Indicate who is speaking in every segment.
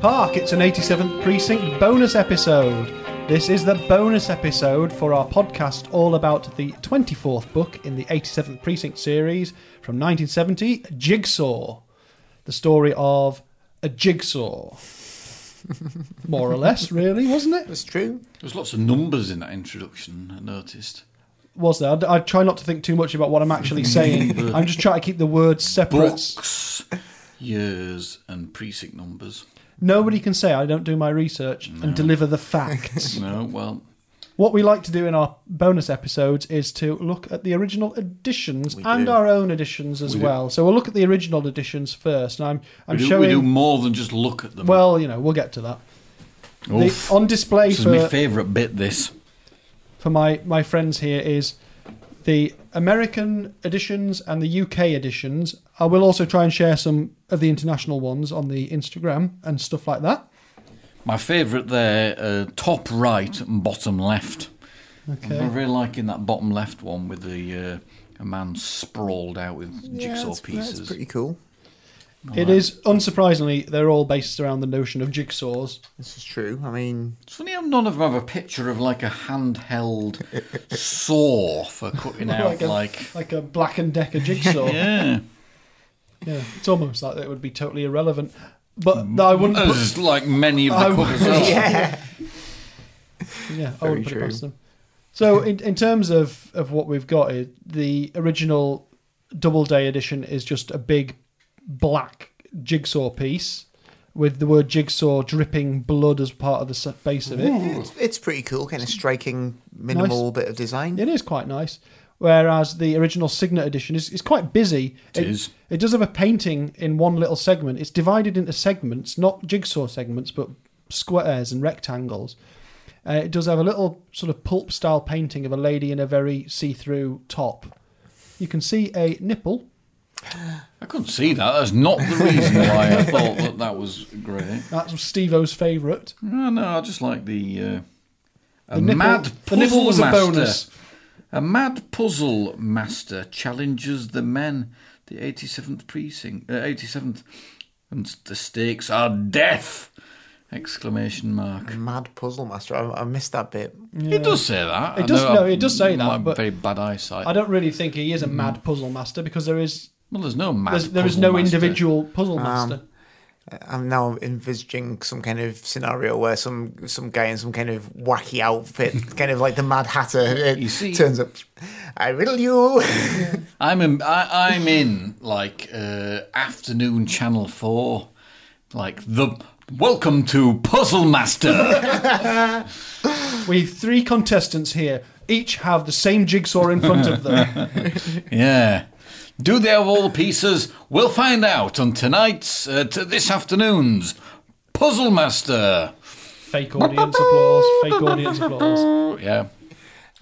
Speaker 1: Park. It's an 87th Precinct bonus episode. This is the bonus episode for our podcast all about the 24th book in the 87th Precinct series from 1970, Jigsaw. The story of a jigsaw. More or less, really, wasn't it?
Speaker 2: That's true.
Speaker 3: There was lots of numbers in that introduction, I noticed.
Speaker 1: Was there? I, I try not to think too much about what I'm actually saying. I'm just trying to keep the words separate.
Speaker 3: Books, years, and precinct numbers.
Speaker 1: Nobody can say I don't do my research and deliver the facts.
Speaker 3: No, well,
Speaker 1: What we like to do in our bonus episodes is to look at the original editions
Speaker 2: We
Speaker 1: and
Speaker 2: do.
Speaker 1: our own editions as
Speaker 3: We do.
Speaker 1: well. So we'll look at the original editions first. And I'm I'm
Speaker 3: we do,
Speaker 1: showing.
Speaker 3: we do more than just look at them.
Speaker 1: Well, you know, we'll get to that. The-
Speaker 3: Oof.
Speaker 1: on display
Speaker 3: this is
Speaker 1: for
Speaker 3: my favourite bit. This
Speaker 1: for my my friends here is the American editions and the UK editions. I will also try and share some of the international ones on the Instagram and stuff like that.
Speaker 3: my favourite there, uh, top right and bottom left.
Speaker 1: Okay.
Speaker 3: I'm really liking that bottom left one with the uh, a man sprawled out with jigsaw
Speaker 2: that's,
Speaker 3: pieces.
Speaker 2: That's pretty cool.
Speaker 1: It is unsurprisingly they're all based around the notion of jigsaws.
Speaker 2: This is true. I mean,
Speaker 3: It's funny how none of them have a picture of like a handheld saw for cutting out
Speaker 1: a,
Speaker 3: like
Speaker 1: like a Black and Decker jigsaw.
Speaker 3: yeah.
Speaker 1: Yeah, it's almost like that would be totally irrelevant. But
Speaker 2: Mm.
Speaker 1: no, I wouldn't. Oh, Put,
Speaker 3: As like many of
Speaker 1: I
Speaker 3: the
Speaker 1: would-
Speaker 3: covers are.
Speaker 2: yeah.
Speaker 1: yeah, I
Speaker 2: Very
Speaker 1: wouldn't put it
Speaker 2: true.
Speaker 1: past them. So, in, in terms of, of what we've got, here, the original Doubleday edition is just a big black jigsaw piece with the word jigsaw dripping blood as part of the s- base of it.
Speaker 2: It's, it's pretty cool. Kind of striking, minimal bit of design.
Speaker 1: It is quite nice. Whereas the original Signet edition is, is quite busy.
Speaker 3: It is.
Speaker 1: It does have a painting in one little segment. It's divided into segments, not jigsaw segments, but squares and rectangles. Uh, it does have a little sort of pulp style painting of a lady in a very see through top. You can see a nipple.
Speaker 3: I couldn't see that. That's not the reason why I thought that that was great.
Speaker 1: That's Steve O's favourite.
Speaker 3: No, no, I just like the uh, a
Speaker 1: The nipple-
Speaker 3: mad puzzle
Speaker 1: the nipple was a
Speaker 3: master.
Speaker 1: bonus.
Speaker 3: A mad puzzle master challenges the men. The eighty seventh precinct, eighty seventh, and the stakes are death! Exclamation mark.
Speaker 2: Mad Puzzle Master. I, I missed that bit.
Speaker 3: It does say that.
Speaker 1: It
Speaker 3: I
Speaker 1: does-
Speaker 3: know
Speaker 1: no,
Speaker 3: I've-
Speaker 1: it does say that,
Speaker 3: my
Speaker 1: but-
Speaker 3: very bad eyesight.
Speaker 1: I don't really think he is a mad puzzle master because there is
Speaker 3: well, there's no Hmm. mad.
Speaker 1: there's, there is
Speaker 3: puzzle
Speaker 1: no
Speaker 3: master. Um.
Speaker 1: individual puzzle master.
Speaker 2: I'm now envisaging some kind of scenario where some some guy in some kind of wacky outfit, kind of like the Mad Hatter, it
Speaker 3: You see-
Speaker 2: turns up. I riddle you.
Speaker 3: I'm in. I, I'm in like uh, afternoon Channel Four, like the Welcome to Puzzle Master.
Speaker 1: We have three contestants here. Each have the same jigsaw in front of them.
Speaker 3: yeah. Do they have all the pieces? We'll find out on tonight's, uh, to this afternoon's Puzzle Master.
Speaker 1: Fake audience applause. Fake audience applause.
Speaker 3: Oh, Yeah.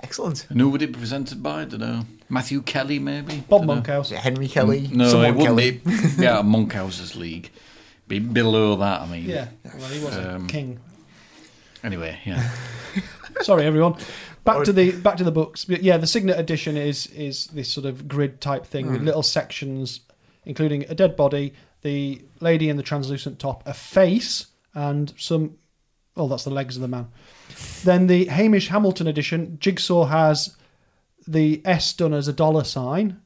Speaker 2: Excellent.
Speaker 3: And who would it be presented by? I don't know. Matthew Kelly, maybe?
Speaker 1: Bob
Speaker 3: Dunno.
Speaker 1: Monkhouse.
Speaker 2: Henry Kelly.
Speaker 3: No,
Speaker 2: someone
Speaker 3: it wouldn't
Speaker 2: Kelly.
Speaker 3: be. Yeah, Monkhouse's league. Be below that, I mean.
Speaker 1: Yeah. Well, he was a
Speaker 3: Um,
Speaker 1: king.
Speaker 3: Anyway, yeah.
Speaker 1: Sorry, everyone. Back to the back to the books. But yeah, the Signet edition is is this sort of grid type thing with little sections, including a dead body, the lady in the translucent top, a face, and some. Oh, that's the legs of the man. Then the Hamish Hamilton edition, Jigsaw has the S done as a dollar sign,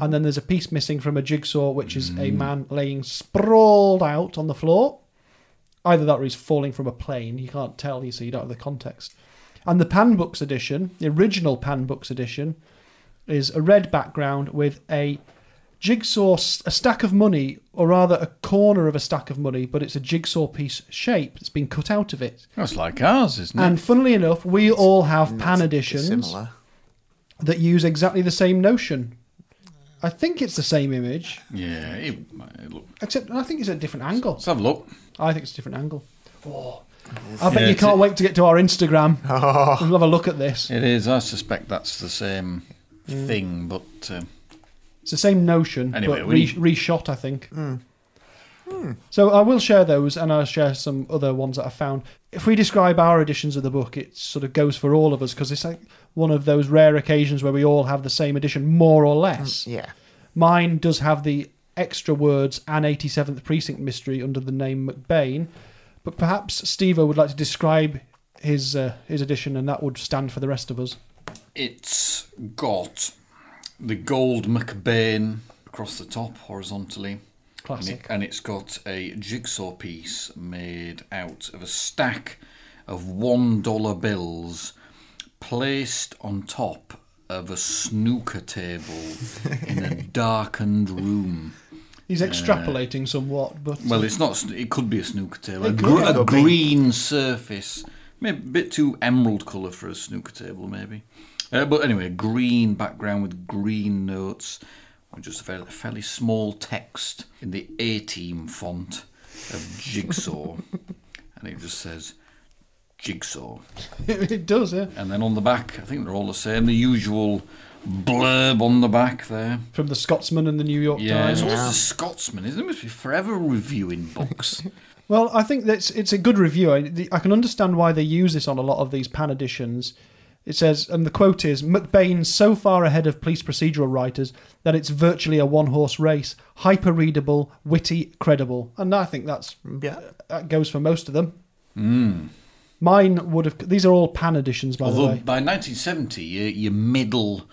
Speaker 1: and then there's a piece missing from a jigsaw, which is a man laying sprawled out on the floor. Either that or he's falling from a plane. You can't tell, you see, you don't have the context. And the Pan Books edition, the original Pan Books edition, is a red background with a jigsaw, s- a stack of money, or rather a corner of a stack of money, but it's a jigsaw piece shape that's been cut out of it.
Speaker 3: That's like ours, isn't it?
Speaker 1: And funnily enough, we all have Pan editions
Speaker 2: Similar.
Speaker 1: that use exactly the same notion. I think it's the same image,
Speaker 3: yeah. It, it look,
Speaker 1: except I think it's a different angle.
Speaker 3: let's have a look.
Speaker 1: I think it's a different angle. I bet
Speaker 3: Oh. Yeah,
Speaker 1: you
Speaker 3: it's
Speaker 1: can't
Speaker 3: a- Oh.
Speaker 1: wait to get to our Instagram. We'll have a look at this.
Speaker 3: It is. I suspect that's the same thing, but um,
Speaker 1: It's the same notion,
Speaker 3: Anyway,
Speaker 1: but
Speaker 3: we
Speaker 1: re-
Speaker 3: need- Hmm.
Speaker 1: reshot, I think. So I will share those, and I'll share some other ones that I found. If we describe our editions of the book, it sort of goes for all of us because it's like one of those rare occasions where we all have the same edition, more or
Speaker 3: Mm,
Speaker 1: less.
Speaker 2: Yeah.
Speaker 1: Mine does have the extra words "an 87th Precinct Mystery" under the name McBain, But perhaps Steve would like to describe his uh, his edition, and that would stand for the rest of us.
Speaker 3: It's got the gold McBain across the top horizontally. And, it,
Speaker 1: Classic.
Speaker 3: and it's got a jigsaw piece made out of a stack of one dollar bills placed on top of a snooker table in a darkened room.
Speaker 1: He's extrapolating somewhat, but
Speaker 3: Uh, Well, it's not. sn- It could be a snooker table. A,
Speaker 1: It
Speaker 3: gr-
Speaker 1: could
Speaker 3: a
Speaker 2: be.
Speaker 3: green surface, maybe a bit too emerald colour for a snooker table, maybe. Uh, but anyway, a green background with green notes, or just a fairly, fairly small text in the A Team font of Jigsaw, and it just says Jigsaw.
Speaker 1: it does. Yeah.
Speaker 3: And then on the back, I think they're all the same. The usual blurb on the back there.
Speaker 1: From the Scotsman and the New York
Speaker 3: Yeah, it's
Speaker 1: Times.
Speaker 3: always the Scotsman, isn't it? They must be forever reviewing books.
Speaker 1: Well, I think that's it's a good review. I, the, I can understand why they use this on a lot of these pan editions. It says, and the quote is McBain's so far ahead of police procedural writers that it's virtually a one horse race, hyper readable, witty, credible. And I think that's
Speaker 2: Yeah.
Speaker 1: that goes for most of them. Hmm. Mine would have. These are all pan editions, by the
Speaker 3: Although
Speaker 1: way.
Speaker 3: by 1970, you're, you're middle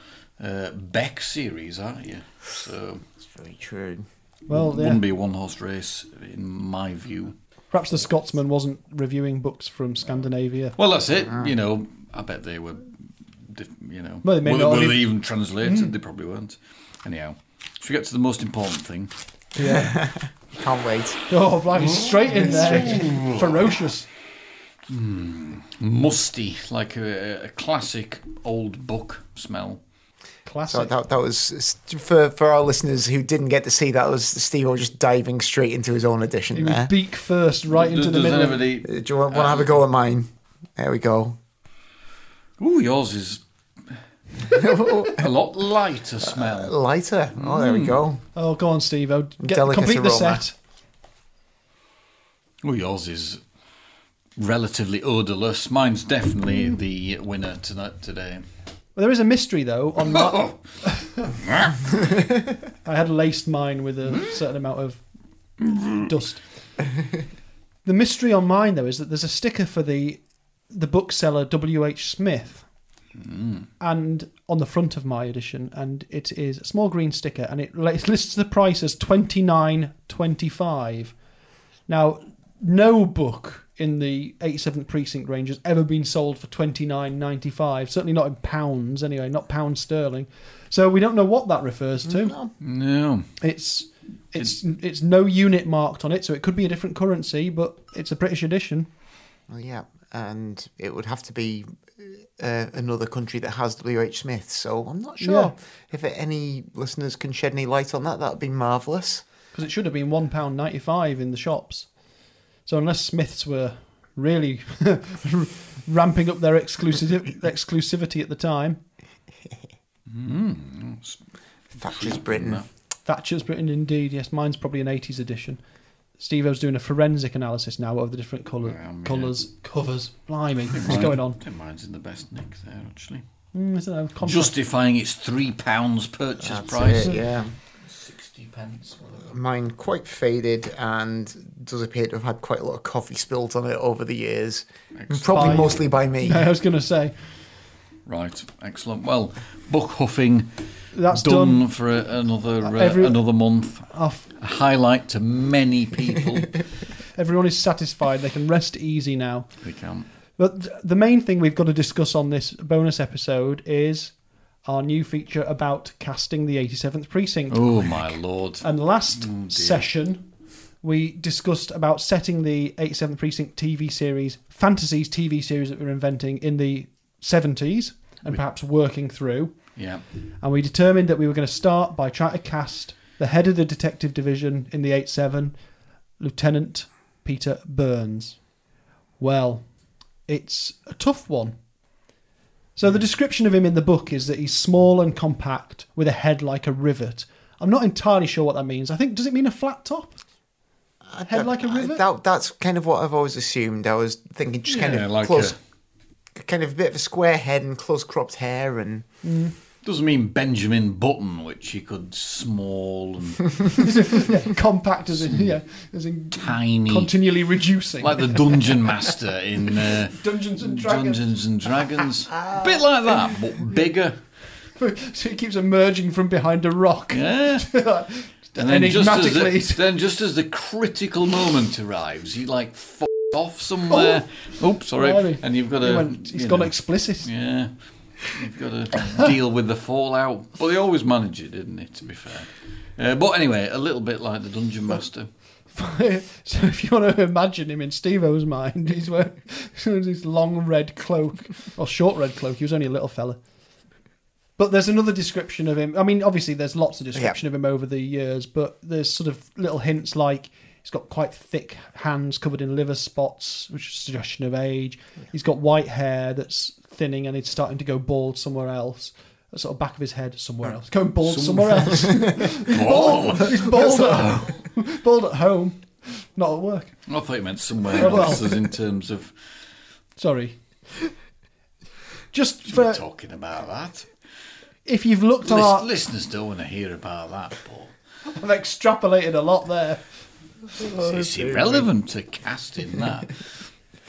Speaker 3: uh, Beck series, aren't you? So
Speaker 2: It's very true.
Speaker 1: Well, yeah.
Speaker 3: wouldn't be a one horse race in my view.
Speaker 1: perhaps the Scotsman wasn't reviewing books from Scandinavia.
Speaker 3: Well, that's it. You know, I bet they were. diff- You know,
Speaker 1: Well, they may
Speaker 3: were,
Speaker 1: not
Speaker 3: were
Speaker 1: have-
Speaker 3: they even translated?
Speaker 1: Hmm.
Speaker 3: They probably weren't. Anyhow, should we get to the most important thing?
Speaker 1: Yeah.
Speaker 2: Can't wait.
Speaker 1: oh, blimey, straight in there. Ferocious.
Speaker 3: Musty, like a, a classic old book smell.
Speaker 2: So
Speaker 1: Classic.
Speaker 2: that, that was for for our listeners who didn't get to see that was Steve O just diving straight into his own
Speaker 1: He
Speaker 2: edition
Speaker 1: was
Speaker 2: there.
Speaker 1: beak first, right into
Speaker 3: Does-
Speaker 1: the
Speaker 3: does
Speaker 1: middle. of-
Speaker 3: anybody-
Speaker 2: Uh, Do you want, want to have a go at mine? There we go.
Speaker 1: Uh,
Speaker 3: Ooh, yours is a lot lighter smell.
Speaker 2: Lighter. Oh, there we go.
Speaker 1: Oh, go on, Steve. Oh, get
Speaker 2: Delicate
Speaker 1: complete the
Speaker 2: aroma.
Speaker 1: set.
Speaker 3: Well, yours is relatively odourless. Mine's definitely
Speaker 1: Hmm.
Speaker 3: the winner tonight today. Oh!
Speaker 1: Well, there is a mystery though. On my, I had laced mine with a certain amount of dust. The mystery on mine though is that there's a sticker for the the bookseller W. H. Smith, and on the front of my edition, and it is a small green sticker, and it li- it lists the price as twenty nine twenty five. Now, no book in the 87th precinct range has ever been sold for 29.95 certainly not in pounds anyway not pound sterling so we don't know what that refers to
Speaker 3: No.
Speaker 1: it's it's it's no unit marked on it so it could be a different currency but it's a british edition
Speaker 2: Well, yeah, and it would have to be uh, another country that has W. H. Smith. So I'm not sure if any listeners can shed any light on that. That would be marvelous.
Speaker 1: because it should have been 1.95 in the shops so unless smiths were really ramping up their exclusiv- exclusivity at the time
Speaker 3: Hmm.
Speaker 2: Thatcher's Britain.
Speaker 1: Thatcher's Britain, indeed. Yes, mine's probably an 80s edition. Steve O's doing a forensic analysis now of the different colour,
Speaker 3: Yeah, I mean,
Speaker 1: colours, covers. Blimey, what's going on?
Speaker 3: I think mine's in the best nick there, actually.
Speaker 1: Mm, I don't know, contrast.
Speaker 3: Justifying its £3 purchase
Speaker 2: That's
Speaker 3: price.
Speaker 2: it, yeah.
Speaker 3: 60 pence.
Speaker 2: Mine quite faded and does appear to have had quite a lot of coffee spilled on it over the years. Probably
Speaker 1: By-
Speaker 2: mostly by me.
Speaker 1: I was going to say,
Speaker 3: Right, excellent. Well, book huffing
Speaker 1: that's
Speaker 3: done,
Speaker 1: done.
Speaker 3: for a, another uh,
Speaker 1: Every-
Speaker 3: another month.
Speaker 1: Off.
Speaker 3: A highlight to many people.
Speaker 1: Everyone is satisfied. They can rest easy now.
Speaker 3: we can't.
Speaker 1: But th- the main thing we've got to discuss on this bonus episode is our new feature about casting the 87th Precinct.
Speaker 3: Oh, my lord.
Speaker 1: And last session, we discussed about setting the 87th Precinct TV series, fantasies TV series that we were inventing in the 70s and perhaps working through.
Speaker 3: Yeah.
Speaker 1: And we determined that we were going to start by trying to cast the head of the detective division in the 87, Lieutenant Peter Burns. Well, it's a tough one. So the description of him in the book is that he's small and compact with a head like a rivet. I'm not entirely sure what that means. I think does it mean a flat top?
Speaker 2: I-
Speaker 1: Head like a
Speaker 2: I-
Speaker 1: rivet?
Speaker 2: That, that's kind of what I've always assumed. I was thinking just kind
Speaker 3: Yeah,
Speaker 2: of
Speaker 3: like
Speaker 2: close, kind of a bit of a square head and close cropped hair and
Speaker 3: Doesn't mean Benjamin Button, which he could small and
Speaker 1: yeah, compact as in yeah, as in
Speaker 3: tiny,
Speaker 1: continually reducing.
Speaker 3: like the dungeon master in uh,
Speaker 1: Dungeons and Dragons. Ah.
Speaker 3: Dungeons and Dragons. A bit like that, but bigger.
Speaker 1: so it keeps emerging from behind a rock.
Speaker 3: Yeah. And then just, as
Speaker 1: enigmatically,
Speaker 3: the, then just as the critical moment arrives, he like f- off somewhere. Oops, sorry.
Speaker 1: Oh. Blimey.
Speaker 3: And you've got
Speaker 1: he
Speaker 3: to.
Speaker 1: went, he's
Speaker 3: you
Speaker 1: gone
Speaker 3: know,
Speaker 1: explicit.
Speaker 3: Yeah. You've got to deal with the fallout. But they always manage it, didn't they, to be fair? Uh, but anyway, a little bit like the Dungeon Master.
Speaker 1: so if you want to imagine him in Steve-O's mind, he's wearing this long red cloak, or short red cloak. He was only a little fella. But there's another description of him. I mean, obviously, there's lots of description of him over the years, but there's sort of little hints like he's got quite thick hands covered in liver spots, which is a suggestion of age. He's got white hair that's thinning and it's starting to go bald somewhere else. Sort of back of his head somewhere else. Going bald somewhere else.
Speaker 3: Ball!
Speaker 1: He's bald at home. bald at home, not at work.
Speaker 3: I thought you meant somewhere
Speaker 1: Oh, well.
Speaker 3: else, as in terms of
Speaker 1: Sorry. Just
Speaker 3: we're
Speaker 1: for
Speaker 3: talking about that.
Speaker 1: if you've looked at
Speaker 3: Lis-
Speaker 1: our,
Speaker 3: listeners don't want to hear about that, but
Speaker 1: I've extrapolated a lot there. Oh,
Speaker 3: it's irrelevant to casting that.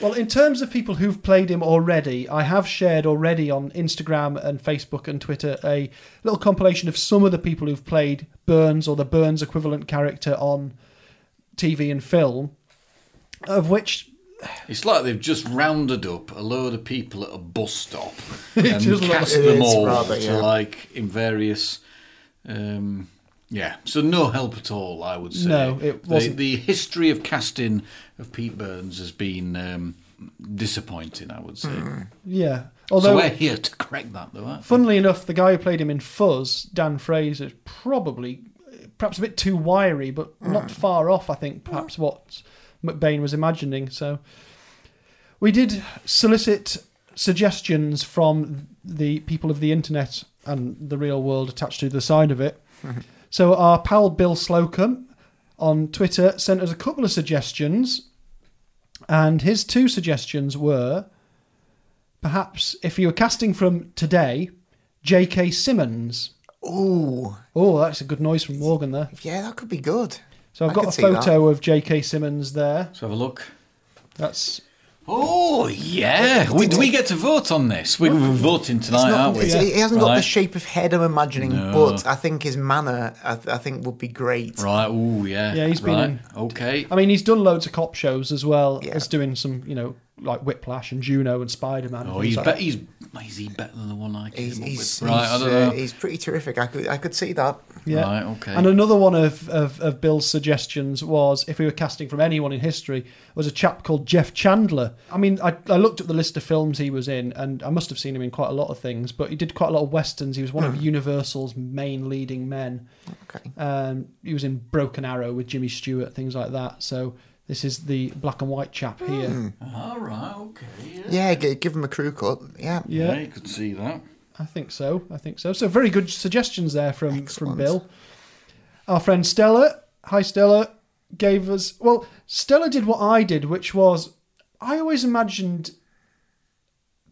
Speaker 1: Well, in terms of people who've played him already, I have shared already on Instagram and Facebook and Twitter a little compilation of some of the people who've played Burns or the Burns equivalent character on TV and film, of which
Speaker 3: It's like they've just rounded up a load of people at a bus stop and
Speaker 1: just
Speaker 2: looks-
Speaker 3: cast them
Speaker 2: It's
Speaker 3: all
Speaker 2: rather,
Speaker 3: to
Speaker 2: yeah.
Speaker 3: like in various. Um, yeah, so no help at all, I would say.
Speaker 1: No, it
Speaker 3: The-
Speaker 1: wasn't.
Speaker 3: The, history of casting of Pete Burns has been um, disappointing, I would say.
Speaker 1: yeah,
Speaker 3: so
Speaker 1: Hmm. although
Speaker 3: we're here to correct that, though. Aren't we?
Speaker 1: Funnily enough, the guy who played him in Fuzz, Dan Fraser, is probably uh, perhaps a bit too wiry, but not far off, I think, perhaps what McBain was imagining. So we did solicit suggestions from the people of the internet and the real world attached to the side of it. So our pal Bill Slocum on Twitter sent us a couple of suggestions, and his two suggestions were perhaps if you were casting from today, J.K. Simmons.
Speaker 2: Ooh,
Speaker 1: Oh, that's a good noise from Morgan there.
Speaker 2: yeah, that could be good.
Speaker 1: So I've
Speaker 2: I
Speaker 1: got
Speaker 2: could
Speaker 1: a
Speaker 2: see that.
Speaker 1: photo of J.K. Simmons there.
Speaker 3: Let's have a look.
Speaker 1: That's
Speaker 3: Oh, yeah. We, do we get to vote on this? We, we're voting tonight, aren't we?
Speaker 2: It's- He hasn't got
Speaker 3: Right.
Speaker 2: the shape of head I'm imagining,
Speaker 3: No.
Speaker 2: but I think his manner, I, I think, would be great.
Speaker 3: Right, oh, yeah.
Speaker 1: Yeah, he's been
Speaker 3: right.
Speaker 1: in- Oh,
Speaker 3: Okay.
Speaker 1: I mean, he's done loads of cop shows as well
Speaker 2: Yeah.
Speaker 1: as doing some, you know, like Whiplash and Juno and Spider Man.
Speaker 3: Oh, he's be- he's is he better than the one I came
Speaker 2: He's,
Speaker 3: up
Speaker 2: he's,
Speaker 3: with? Right, I
Speaker 2: he's,
Speaker 3: don't
Speaker 2: uh,
Speaker 3: know.
Speaker 2: he's pretty terrific. I could, I could see that.
Speaker 1: yeah.
Speaker 3: Right, okay.
Speaker 1: And another one of, of, of Bill's suggestions was if we were casting from anyone in history, was a chap called Jeff Chandler. I mean, I, I looked at the list of films he was in, and I must have seen him in quite a lot of things, but he did quite a lot of westerns. He was one of Universal's main leading men.
Speaker 2: Okay.
Speaker 1: Um, he was in Broken Arrow with Jimmy Stewart, things like that. So this is the black and white chap here.
Speaker 3: All right, okay. Yeah.
Speaker 2: Yeah, g- give him a crew cut. Yeah.
Speaker 1: Yeah,
Speaker 3: you could see that.
Speaker 1: I think so. I think so. So very good suggestions there from from
Speaker 2: Excellent.
Speaker 1: Bill. Our friend Stella, hi Stella, gave us. Well, Stella did what I did, which was I always imagined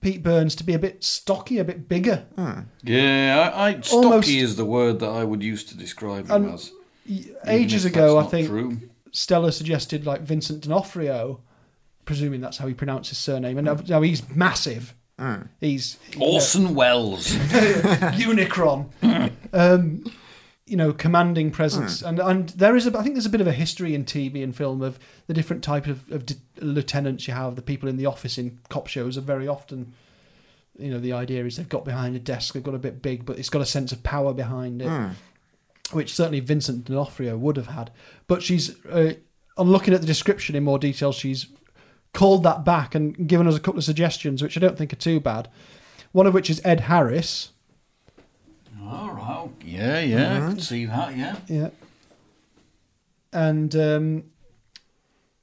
Speaker 1: Pete Burns to be a bit stocky, a bit bigger.
Speaker 3: Hmm. Yeah, I, I stocky
Speaker 1: Almost-
Speaker 3: is the word that I would use to describe him
Speaker 1: And
Speaker 3: as. even
Speaker 1: Ages
Speaker 3: if
Speaker 1: ago,
Speaker 3: that's
Speaker 1: I
Speaker 3: not
Speaker 1: think
Speaker 3: True.
Speaker 1: Stella suggested like Vincent D'Onofrio, presuming that's how he pronounced his surname, and now, now he's massive.
Speaker 3: Hmm.
Speaker 1: He's you know,
Speaker 3: Orson Welles.
Speaker 1: Unicron. um, you know, commanding presence, and and there is a, I think there's a bit of a history in TV and film of the different type of, of d- lieutenants you have. The people in the office in cop shows are very often, you know, the idea is they've got behind a desk, they've got a bit big, but it's got a sense of power behind it, which certainly Vincent D'Onofrio would have had. But she's, uh, on looking at the description in more detail, she's called that back and given us a couple of suggestions, which I don't think are too bad. One of which is Ed Harris.
Speaker 3: All right. Yeah, yeah, I could see that, yeah.
Speaker 1: Yeah. And um,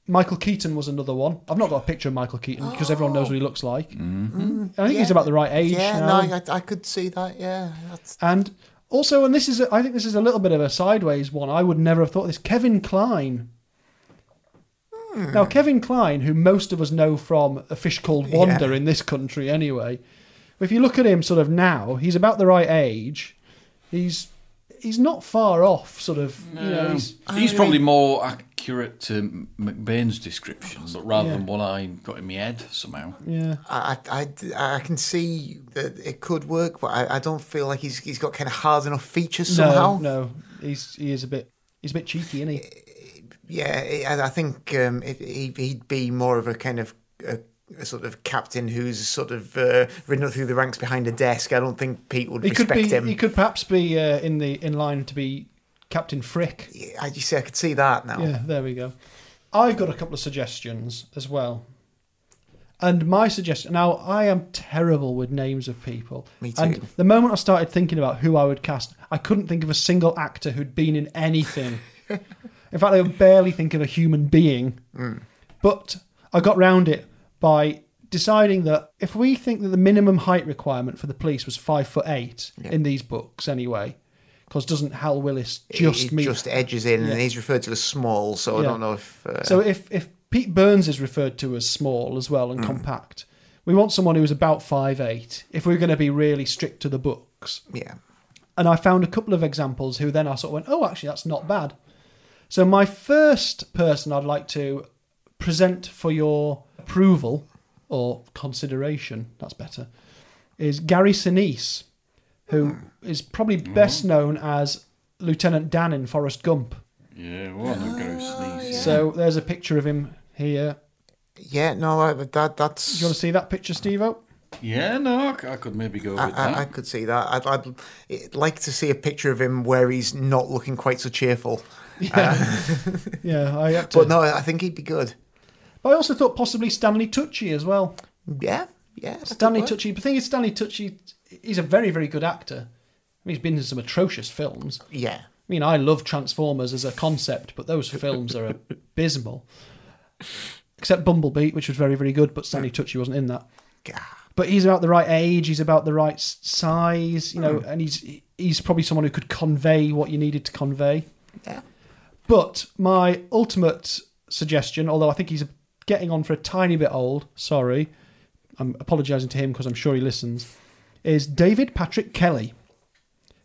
Speaker 1: Michael Keaton was another one. I've not got a picture of Michael Keaton because everyone knows what he looks like. And I think he's
Speaker 2: Mm-hmm. Yeah.
Speaker 1: about the right age
Speaker 2: Yeah,
Speaker 1: now.
Speaker 2: no, I, I could see that. Yeah, that's
Speaker 1: and also, and this is, a, I think this is a little bit of a sideways one. I would never have thought this. Kevin Klein.
Speaker 2: Hmm.
Speaker 1: Now, Kevin Klein, who most of us know from A Fish Called Wanda in this country anyway, If you look at him sort of now, he's about the right age. He's he's not far off sort of you know he's,
Speaker 2: Um,
Speaker 3: He's probably more accurate to McBain's description, but rather
Speaker 1: Yeah.
Speaker 3: than what I got in my head somehow.
Speaker 1: yeah.
Speaker 2: I, I, I I can see that it could work, but I, I don't feel like he's he's got kind of hard enough features somehow.
Speaker 1: No, no, he's he is a bit he's a bit cheeky, isn't he?
Speaker 2: Yeah, I, I think um, it, he, he'd be more of a kind of a, a sort of captain who's sort of uh, ridden up through the ranks behind a desk. I don't think Pete would
Speaker 1: He could
Speaker 2: respect
Speaker 1: be
Speaker 2: him.
Speaker 1: he could perhaps be uh, in the in line to be Captain Frick.
Speaker 2: Yeah, I just I could see that now.
Speaker 1: Yeah, there we go. I've got a couple of suggestions as well. And my suggestion now, I am terrible with names of people.
Speaker 2: Me
Speaker 1: And
Speaker 2: too.
Speaker 1: the moment I started thinking about who I would cast, I couldn't think of a single actor who'd been in anything. in fact, I could barely think of a human being.
Speaker 2: Hmm.
Speaker 1: But I got round it by deciding that if we think that the minimum height requirement for the police was five foot eight
Speaker 2: Yeah.
Speaker 1: in these books anyway, because doesn't Hal Willis just
Speaker 2: He
Speaker 1: meet
Speaker 2: just edges in,
Speaker 1: Yeah.
Speaker 2: and he's referred to as small. So I
Speaker 1: Yeah.
Speaker 2: don't know if uh,
Speaker 1: so if if Pete Burns is referred to as small as well and compact, we want someone who is about five eight. If we're going to be really strict to the books,
Speaker 2: yeah.
Speaker 1: and I found a couple of examples who then I sort of went, oh, actually that's not bad. So my first person I'd like to present for your approval or consideration, that's better, is Gary Sinise, who is probably best known as Lieutenant Dan in Forrest Gump.
Speaker 3: Yeah, well,
Speaker 2: Ah,
Speaker 3: no go sneeze. yeah.
Speaker 1: So there's a picture of him here.
Speaker 2: Yeah, no, I, that that's.
Speaker 1: Do you want to see that picture, Steve? O?
Speaker 3: Yeah, no, I c- I could maybe go with
Speaker 2: I,
Speaker 3: that.
Speaker 2: I, I could see that. I'd, I'd eh, like to see a picture of him where he's not looking quite so cheerful.
Speaker 1: Yeah, yeah. I had to.
Speaker 2: Uh,
Speaker 1: But,
Speaker 2: But no, I think he'd be good.
Speaker 1: I also thought possibly Stanley Tucci as well.
Speaker 2: Yeah, yeah. that could
Speaker 1: Stanley
Speaker 2: work.
Speaker 1: Tucci. The thing is, Stanley Tucci, he's a very, very good actor. I mean, he's been in some atrocious films.
Speaker 2: Yeah.
Speaker 1: I mean, I love Transformers as a concept, but those films are abysmal. Except Bumblebee, which was very, very good, but Stanley Tucci wasn't in that.
Speaker 2: Gah.
Speaker 1: But he's about the right age. He's about the right s- size, you
Speaker 2: Hmm.
Speaker 1: know, and he's he's probably someone who could convey what you needed to convey.
Speaker 2: Yeah.
Speaker 1: But my ultimate suggestion, although I think he's getting on for a tiny bit old, sorry, I'm apologising to him because I'm sure he listens, is David Patrick Kelly,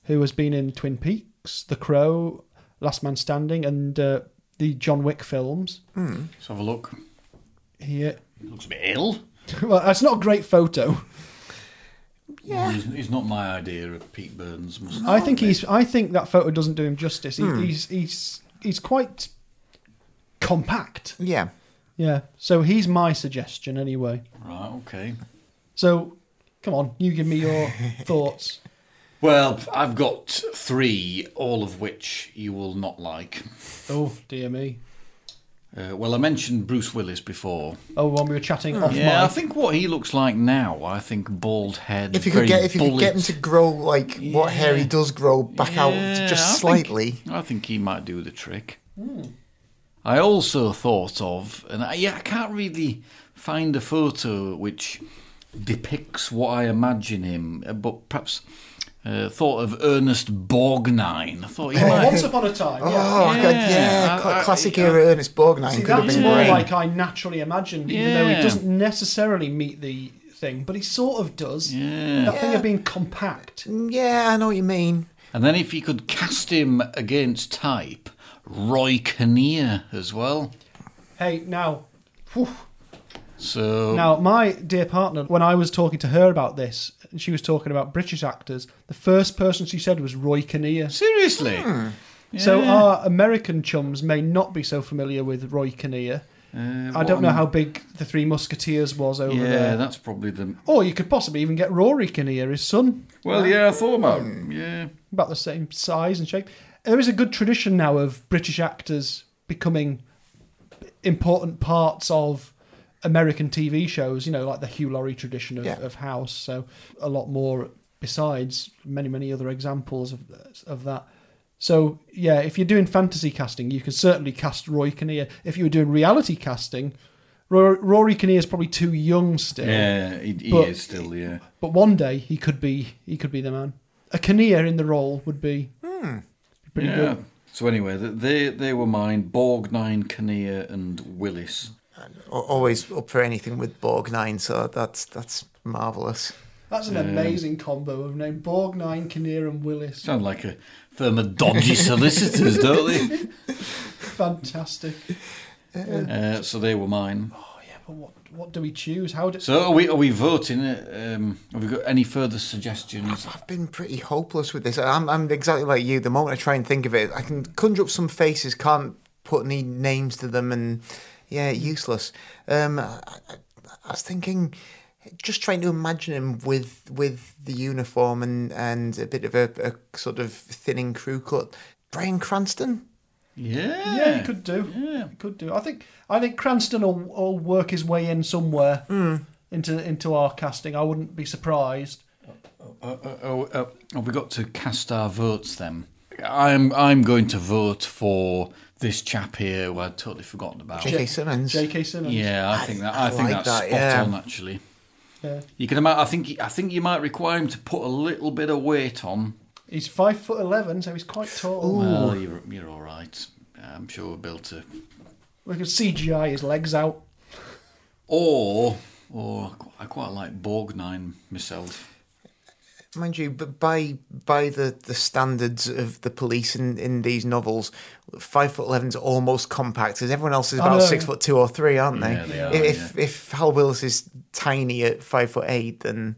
Speaker 1: who has been in Twin Peaks, The Crow, Last Man Standing, and uh, the John Wick films.
Speaker 3: Let's have a look.
Speaker 1: He, uh,
Speaker 3: Looks a bit ill.
Speaker 1: well, that's not a great photo.
Speaker 2: Yeah.
Speaker 3: He's, he's not my idea of Pete Burns. Must
Speaker 1: I think he's. I think that photo doesn't do him justice. He, He's he's he's quite compact.
Speaker 2: Yeah.
Speaker 1: Yeah. So he's my suggestion anyway.
Speaker 3: Right, okay.
Speaker 1: So, come on, you give me your thoughts.
Speaker 3: Well, I've got three, all of which you will not like.
Speaker 1: Oh dear me!
Speaker 3: Uh, well, I mentioned Bruce Willis before.
Speaker 1: Oh, when we were chatting off
Speaker 3: Hmm. Yeah, I
Speaker 1: mic.
Speaker 3: think what he looks like now. I think bald head.
Speaker 2: If you could
Speaker 3: very
Speaker 2: get if you could get him
Speaker 3: bullet.
Speaker 2: to grow like what
Speaker 3: Yeah.
Speaker 2: hair he does grow back
Speaker 3: Yeah,
Speaker 2: out
Speaker 3: I
Speaker 2: just
Speaker 3: think-
Speaker 2: slightly.
Speaker 3: I think he might do the trick. I also thought of, and I, yeah, I can't really find a photo which depicts what I imagine him, uh, but perhaps uh, thought of Ernest Borgnine. I thought he
Speaker 1: Oh,
Speaker 3: might.
Speaker 1: once upon a time. Yeah.
Speaker 2: Oh God,
Speaker 3: Yeah.
Speaker 2: yeah,
Speaker 3: I-
Speaker 2: cla-
Speaker 3: I-
Speaker 2: classic
Speaker 3: I-
Speaker 2: era Ernest Borgnine
Speaker 1: See,
Speaker 2: could have
Speaker 1: that's
Speaker 2: been
Speaker 1: more
Speaker 2: great.
Speaker 1: like I naturally imagined, even though
Speaker 3: Yeah.
Speaker 1: he doesn't necessarily meet the thing, but he sort of does.
Speaker 3: Yeah.
Speaker 1: That thing of being compact.
Speaker 2: yeah, I know what you mean.
Speaker 3: And then if you could cast him against type, Roy Kinnear as well.
Speaker 1: Hey, now, whew.
Speaker 3: So
Speaker 1: now, my dear partner, when I was talking to her about this, and she was talking about British actors, the first person she said was Roy Kinnear.
Speaker 3: seriously,
Speaker 1: Hmm. So our American chums may not be so familiar with Roy Kinnear. I don't know how big the Three Musketeers was over
Speaker 3: Uh, yeah,
Speaker 1: there.
Speaker 3: that's probably the.
Speaker 1: Or you could possibly even get Rory Kinnear, his son,
Speaker 3: Well, yeah, I thought about yeah.
Speaker 1: about the same size and shape. There is a good tradition now of British actors becoming important parts of American TV shows, you know, like the Hugh Laurie tradition of,
Speaker 2: Yeah.
Speaker 1: of House. So a lot more besides many, many other examples of, of that. So yeah, if you're doing fantasy casting, you can certainly cast Roy Kinnear. If you were doing reality casting, Ro- Rory Kinnear is probably too young still.
Speaker 3: Yeah, he, he
Speaker 1: But-
Speaker 3: is still, yeah.
Speaker 1: But one day he could be he could be the man. A Kinnear in the role would be pretty
Speaker 3: yeah.
Speaker 1: good.
Speaker 3: So anyway, th- they they were mine. Borgnine, Kinnear, and Willis.
Speaker 2: Al- Always up for anything with Borgnine, so that's that's marvelous.
Speaker 1: That's an amazing combo of name Borgnine, Kinnear, and Willis.
Speaker 3: Sound like a firm of dodgy solicitors, don't they?
Speaker 1: Fantastic.
Speaker 3: Uh, so they were mine.
Speaker 1: Oh yeah, but what what do we choose? How do
Speaker 3: So are we are we voting? uh, Um, have we got any further suggestions?
Speaker 2: I've been pretty hopeless with this. I'm, I'm exactly like you. The moment I try and think of it, I can conjure up some faces, can't put any names to them, and yeah, useless. Um, I, I, I was thinking, just trying to imagine him with with the uniform and and a bit of a, a sort of thinning crew cut. Brian Cranston.
Speaker 3: Yeah,
Speaker 1: Yeah, you could do.
Speaker 3: Yeah.
Speaker 1: You could do. I think I think Cranston will, will work his way in somewhere into into our casting. I wouldn't be surprised.
Speaker 3: Uh, uh, oh, uh, have we got to cast our votes then? I'm I'm going to vote for this chap here. Who I'd totally forgotten about.
Speaker 2: J.K. Simmons.
Speaker 1: J.K. Simmons.
Speaker 3: Yeah, I think that I,
Speaker 2: I like
Speaker 3: think that's
Speaker 2: that,
Speaker 3: spot
Speaker 2: yeah.
Speaker 3: on actually.
Speaker 1: Yeah.
Speaker 3: You can imagine. I think I think you might require him to put a little bit of weight on.
Speaker 1: He's five foot eleven, so he's quite tall.
Speaker 3: Well, you're you're all right. I'm sure we'll be able to.
Speaker 1: We could CGI his legs out.
Speaker 3: Or or I quite like Borgnine myself.
Speaker 2: Mind you, but by by the, the standards of the police in, in these novels, five foot eleven's almost compact, because everyone else is
Speaker 1: I
Speaker 2: about
Speaker 1: know.
Speaker 2: six foot two or three, aren't they?
Speaker 3: Yeah, they are,
Speaker 2: if if Hal Willis is tiny at five foot eight, then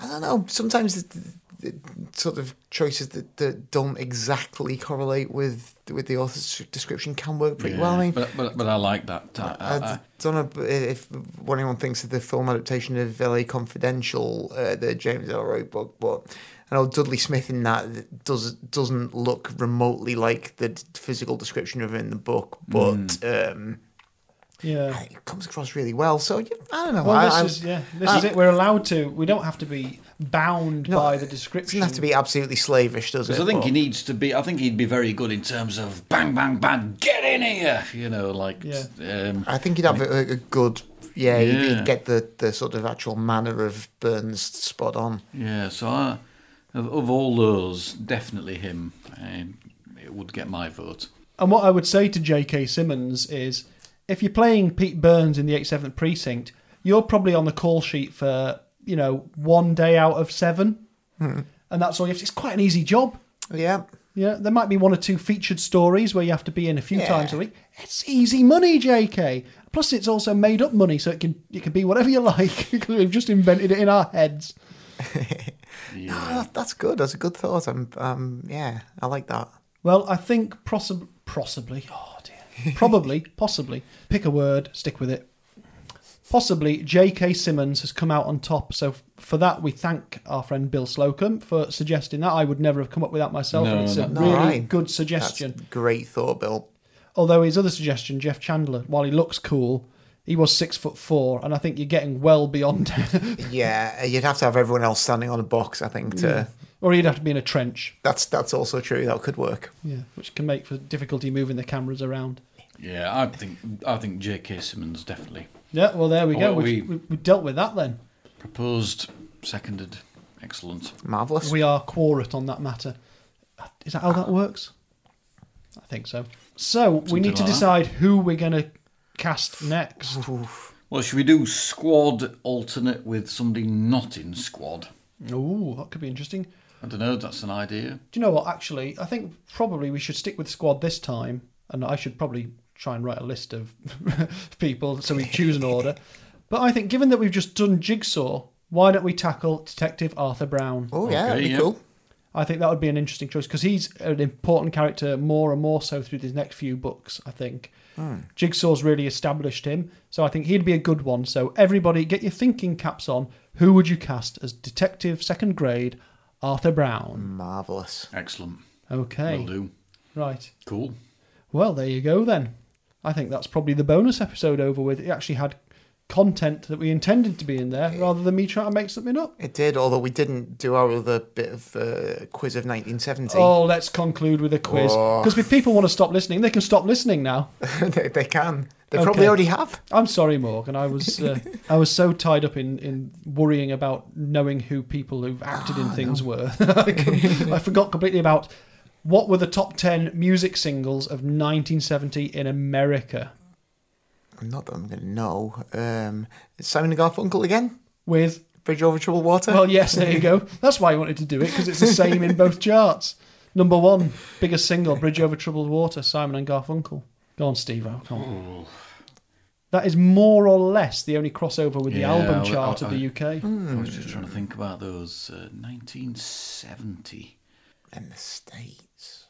Speaker 2: I don't know. Sometimes the, the sort of choices that, that don't exactly correlate with with the author's description can work pretty
Speaker 3: Yeah,
Speaker 2: well. I mean,
Speaker 3: but, but but I like that. I, I,
Speaker 2: I d-
Speaker 3: I,
Speaker 2: don't know if anyone thinks of the film adaptation of LA Confidential, uh, the James Elroy book, but I know Dudley Smith in that does doesn't look remotely like the d- physical description of him in the book, but um,
Speaker 1: Yeah.
Speaker 2: it comes across really well. So yeah, I don't know.
Speaker 1: Well,
Speaker 2: I,
Speaker 1: this
Speaker 2: I-
Speaker 1: is yeah. This
Speaker 2: I-
Speaker 1: is it. We're allowed to. We don't have to be bound
Speaker 2: No,
Speaker 1: by the
Speaker 2: it
Speaker 1: description.
Speaker 2: doesn't have to be absolutely slavish, does it?
Speaker 3: Because I think
Speaker 2: But-
Speaker 3: he needs to be. I think he'd be very good in terms of bang, bang, bang, get in here. You know, like
Speaker 1: Yeah.
Speaker 3: um,
Speaker 2: I think he'd have a, a good. Yeah, he'd-
Speaker 3: Yeah.
Speaker 2: he'd get the, the sort of actual manner of Burns spot on.
Speaker 3: yeah. So I, of, of all those, definitely him. Um, it would get my vote.
Speaker 1: And what I would say to J.K. Simmons is, if you're playing Pete Burns in the 87th Precinct, you're probably on the call sheet for you know one day out of seven,
Speaker 2: Hmm.
Speaker 1: and that's all you have. To, it's quite an easy job.
Speaker 2: Yeah.
Speaker 1: Yeah, there might be one or two featured stories where you have to be in a few
Speaker 2: Yeah.
Speaker 1: times a week. It's easy money, J.K. Plus, it's also made up money, so it can it can be whatever you like. 'cause We've just invented it in our heads.
Speaker 2: Ah, that- that's good. That's a good thought. I'm, um, yeah, I like that.
Speaker 1: Well, I think possibly, possibly, oh dear, probably, possibly, pick a word, stick with it. Possibly, J.K. Simmons has come out on top. So f- for that, we thank our friend Bill Slocum for suggesting that. I would never have come up with that myself. and
Speaker 3: No,
Speaker 1: it's a
Speaker 3: no.
Speaker 1: really
Speaker 2: Alright.
Speaker 1: good
Speaker 2: That's
Speaker 1: suggestion.
Speaker 2: great thought, Bill.
Speaker 1: Although his other suggestion, Jeff Chandler, while he looks cool, he was six foot four, and I think you're getting well beyond,
Speaker 2: Yeah, you'd have to have everyone else standing on a box. I think to
Speaker 1: or he'd have to be in a trench.
Speaker 2: that's that's also true. That could work.
Speaker 1: Yeah, which can make for difficulty moving the cameras around.
Speaker 3: Yeah, I think I think J.K. Simmons definitely
Speaker 1: Yeah, well there we
Speaker 3: Oh,
Speaker 1: go.
Speaker 3: well,
Speaker 1: We've,
Speaker 3: we-
Speaker 1: we we've dealt with that then.
Speaker 3: proposed, seconded, excellent.
Speaker 2: Marvelous.
Speaker 1: We are quorate on that matter. Is that how that works? I think so. So we
Speaker 3: Something
Speaker 1: need to
Speaker 3: like that.
Speaker 1: decide who we're going to cast next.
Speaker 3: Well, should we do squad alternate with somebody not in squad?
Speaker 1: Ooh, that could be interesting.
Speaker 3: I don't know. That's an idea.
Speaker 1: Do you know what? Actually, I think probably we should stick with squad this time, and I should probably try and write a list of people so we choose an order. But I think, given that we've just done Jigsaw, why don't we tackle Detective Arthur Brown?
Speaker 2: oh yeah,
Speaker 3: Okay,
Speaker 2: that'd be
Speaker 3: yeah.
Speaker 2: cool.
Speaker 1: I think that would be an interesting choice because he's an important character more and more so through these next few books. I think
Speaker 3: Hmm.
Speaker 1: Jigsaw's really established him, so I think he'd be a good one. So everybody, get your thinking caps on. Who would you cast as Detective Second Grade Arthur Brown?
Speaker 2: Marvelous.
Speaker 3: Excellent.
Speaker 1: Okay,
Speaker 3: Hmm. Will do.
Speaker 1: right.
Speaker 3: Cool.
Speaker 1: Well, there you go then. I think that's probably the bonus episode over with. It actually had content that we intended to be in there, rather than me trying to make something up.
Speaker 2: It did, although we didn't do our other bit of uh, quiz of 1970.
Speaker 1: Oh, let's conclude with a quiz
Speaker 2: Oh.
Speaker 1: because if people want to stop listening, they can stop listening now.
Speaker 2: they, they can. They
Speaker 1: Okay.
Speaker 2: probably already have.
Speaker 1: I'm sorry, Morgan. I was uh, I was so tied up in, in worrying about knowing who people who've acted in things were. I, com- I forgot completely about what were the top ten music singles of 1970 in America
Speaker 2: Not that I'm going to know. Um, Simon and Garfunkel again.
Speaker 1: with
Speaker 2: Bridge over troubled water.
Speaker 1: Well, yes, there you go. That's why I wanted to do it because it's the same in both charts. Number one, biggest single, "Bridge Over Troubled Water," Simon and Garfunkel. Go on, Steve. Come on. That is more or less the only crossover with the
Speaker 3: Yeah, I
Speaker 1: album
Speaker 3: w-
Speaker 1: chart
Speaker 3: I-
Speaker 1: of the UK.
Speaker 3: I was
Speaker 1: Hmm.
Speaker 3: just trying to think about those uh, 1970.
Speaker 2: in the states.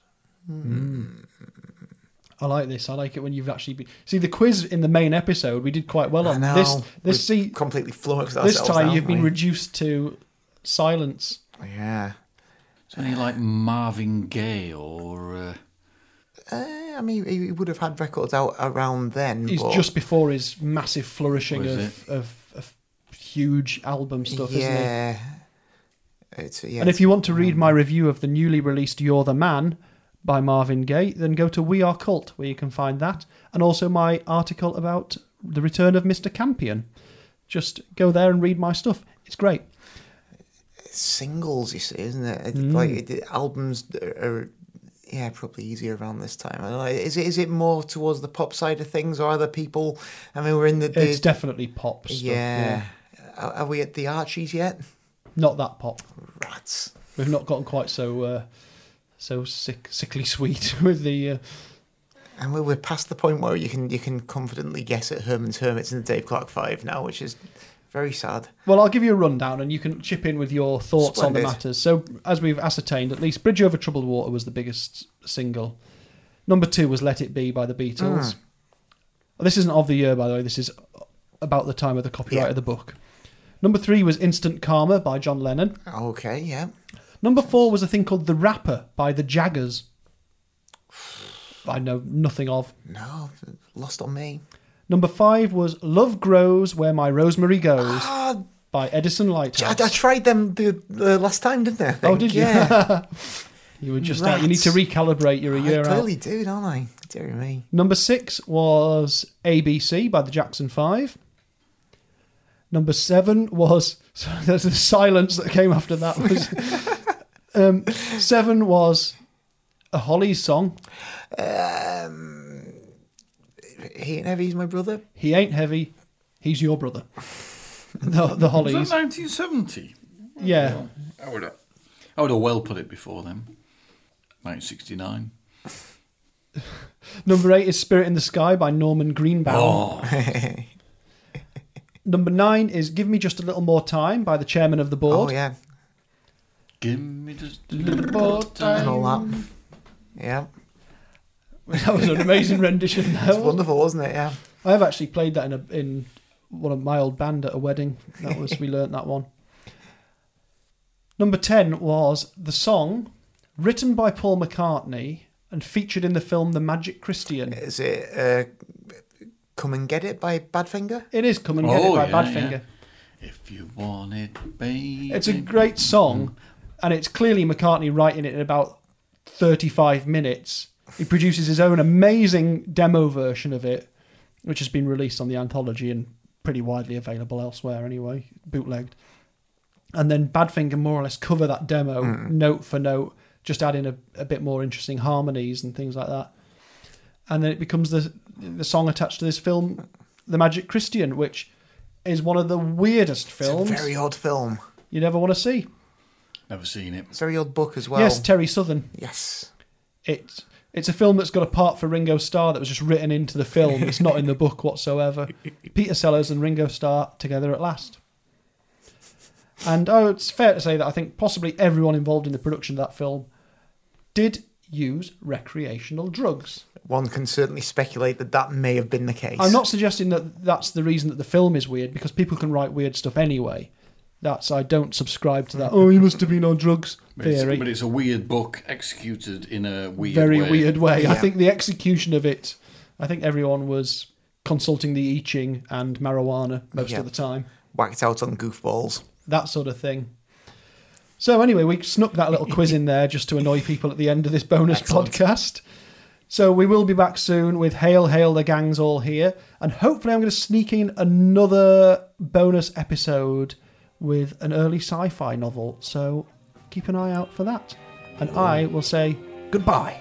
Speaker 1: I like this. I like it when you've actually been. See, the quiz in the main episode we did quite well
Speaker 2: I
Speaker 1: on
Speaker 2: know.
Speaker 1: this.
Speaker 2: We've
Speaker 1: This see,
Speaker 2: completely flummoxed
Speaker 1: this
Speaker 2: ourselves.
Speaker 1: time
Speaker 2: now,
Speaker 1: you've been
Speaker 2: haven't
Speaker 1: reduced to silence.
Speaker 2: we? yeah.
Speaker 3: Is there any like Marvin Gaye or uh,
Speaker 2: Uh, I mean, he he would have had records out around then.
Speaker 1: He's
Speaker 2: but
Speaker 1: just before his massive flourishing
Speaker 3: Was
Speaker 1: of, of of huge album stuff, isn't it?
Speaker 2: yeah. It's yeah.
Speaker 1: And if you want to read my review of the newly released You're the Man by Marvin Gaye, then go to We Are Cult, where you can find that. And also my article about the return of Mr. Campion. Just go there and read my stuff. It's great.
Speaker 2: it's singles, you see, isn't it?
Speaker 1: Mm.
Speaker 2: It's Like it, the albums are, are, yeah, probably easier around this time. I don't know. Is it is it more towards the pop side of things, or other people? I mean, we're in the, the
Speaker 1: It's definitely pop stuff.
Speaker 2: yeah. Are, are we at the Archies yet?
Speaker 1: Not that pop.
Speaker 2: Rats.
Speaker 1: We've not gotten quite so uh, so sick, sickly sweet with the. Uh,
Speaker 2: And we're, we're past the point where you can you can confidently guess at Herman's Hermits and the Dave Clark Five now, which is very sad.
Speaker 1: Well, I'll give you a rundown and you can chip in with your thoughts on the
Speaker 2: Splendid.
Speaker 1: matters. So, as we've ascertained, at least Bridge Over Troubled Water was the biggest single. Number two was Let It Be by the Beatles.
Speaker 2: Ah.
Speaker 1: This isn't of the year, by the way, this is about the time of the copyright
Speaker 2: Yeah.
Speaker 1: of the book. Number three was Instant Karma by John Lennon.
Speaker 2: Okay, yeah.
Speaker 1: Number four was a thing called The Rapper by the Jaggers. I know nothing of.
Speaker 2: No, lost on me.
Speaker 1: Number five was Love Grows Where My Rosemary Goes
Speaker 2: Ah,
Speaker 1: by Edison Lighthouse.
Speaker 2: I, I tried them the, the last time, didn't I? I
Speaker 1: Oh,
Speaker 2: think?
Speaker 1: did you?
Speaker 2: Yeah.
Speaker 1: you were just out. You need to recalibrate. You're a
Speaker 2: I
Speaker 1: year out.
Speaker 2: clearly do, don't I? Dear me.
Speaker 1: Number six was ABC by the Jackson Five. Number seven was sorry, there's the silence that came after that was um, seven was a Holly's song.
Speaker 2: He and Um, Evie's my brother.
Speaker 1: He ain't heavy. He's your brother. The, the
Speaker 3: was that
Speaker 1: Hollies.
Speaker 3: 1970?
Speaker 1: Yeah.
Speaker 3: I would have. I would have well put it before them. 1969.
Speaker 1: Number eight is Spirit in the Sky by Norman Greenbaum.
Speaker 3: Oh,
Speaker 1: Number nine is Give Me Just a Little More Time by the chairman of the board.
Speaker 2: Oh yeah,
Speaker 3: give me just a
Speaker 1: Little
Speaker 3: little
Speaker 1: more
Speaker 3: more
Speaker 2: and
Speaker 1: time.
Speaker 3: time.
Speaker 2: all that. Yeah,
Speaker 1: That was an amazing rendition. That
Speaker 2: it's
Speaker 1: was.
Speaker 2: wonderful, wasn't it? Yeah.
Speaker 1: I have actually played that in a, in one of my old band at a wedding. That was we learnt that one. Number ten was the song written by Paul McCartney and featured in the film The Magic Christian.
Speaker 2: Is it uh, "Come and Get It" by Badfinger?
Speaker 1: It is "Come and Get
Speaker 3: Oh,
Speaker 1: It" by
Speaker 3: yeah,
Speaker 1: Badfinger.
Speaker 3: If you want it, baby.
Speaker 1: It's a great song, and it's clearly McCartney writing it in about thirty-five minutes. He produces his own amazing demo version of it, which has been released on the anthology and pretty widely available elsewhere anyway, bootlegged. and then Badfinger more or less cover that demo
Speaker 2: Hmm.
Speaker 1: note for note, just adding a, a bit more interesting harmonies and things like that. And then it becomes the the song attached to this film, The Magic Christian, which is one of the weirdest films
Speaker 2: It's a very odd film.
Speaker 1: you'd ever want to see.
Speaker 3: Never seen it.
Speaker 2: It's a very odd book as well.
Speaker 1: yes, Terry Southern.
Speaker 2: Yes.
Speaker 1: It's it's a film that's got a part for Ringo Starr that was just written into the film. It's not in the book whatsoever. Peter Sellers and Ringo Starr together at last. And oh, it's fair to say that I think possibly everyone involved in the production of that film did use recreational drugs.
Speaker 2: One can certainly speculate that that may have been the case.
Speaker 1: I'm not suggesting that that's the reason that the film is weird because people can write weird stuff anyway. That's I don't subscribe to that. Oh, he must have been on drugs
Speaker 3: But it's,
Speaker 1: theory.
Speaker 3: but it's a weird book executed in a weird
Speaker 1: very
Speaker 3: way.
Speaker 1: weird way. I
Speaker 2: Yeah.
Speaker 1: think the execution of it, I think everyone was consulting the I Ching and marijuana most
Speaker 2: Yeah.
Speaker 1: of the time,
Speaker 2: Whacked out on goofballs.
Speaker 1: that sort of thing. So anyway, we snuck that little quiz in there just to annoy people at the end of this bonus
Speaker 2: Excellent.
Speaker 1: podcast. So we will be back soon with Hail Hail the Gang's All Here, and hopefully I'm going to sneak in another bonus episode with an early sci-fi novel. So keep an eye out for that. And I will say goodbye.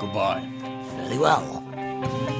Speaker 3: Goodbye.
Speaker 2: Fairly well.
Speaker 4: Thank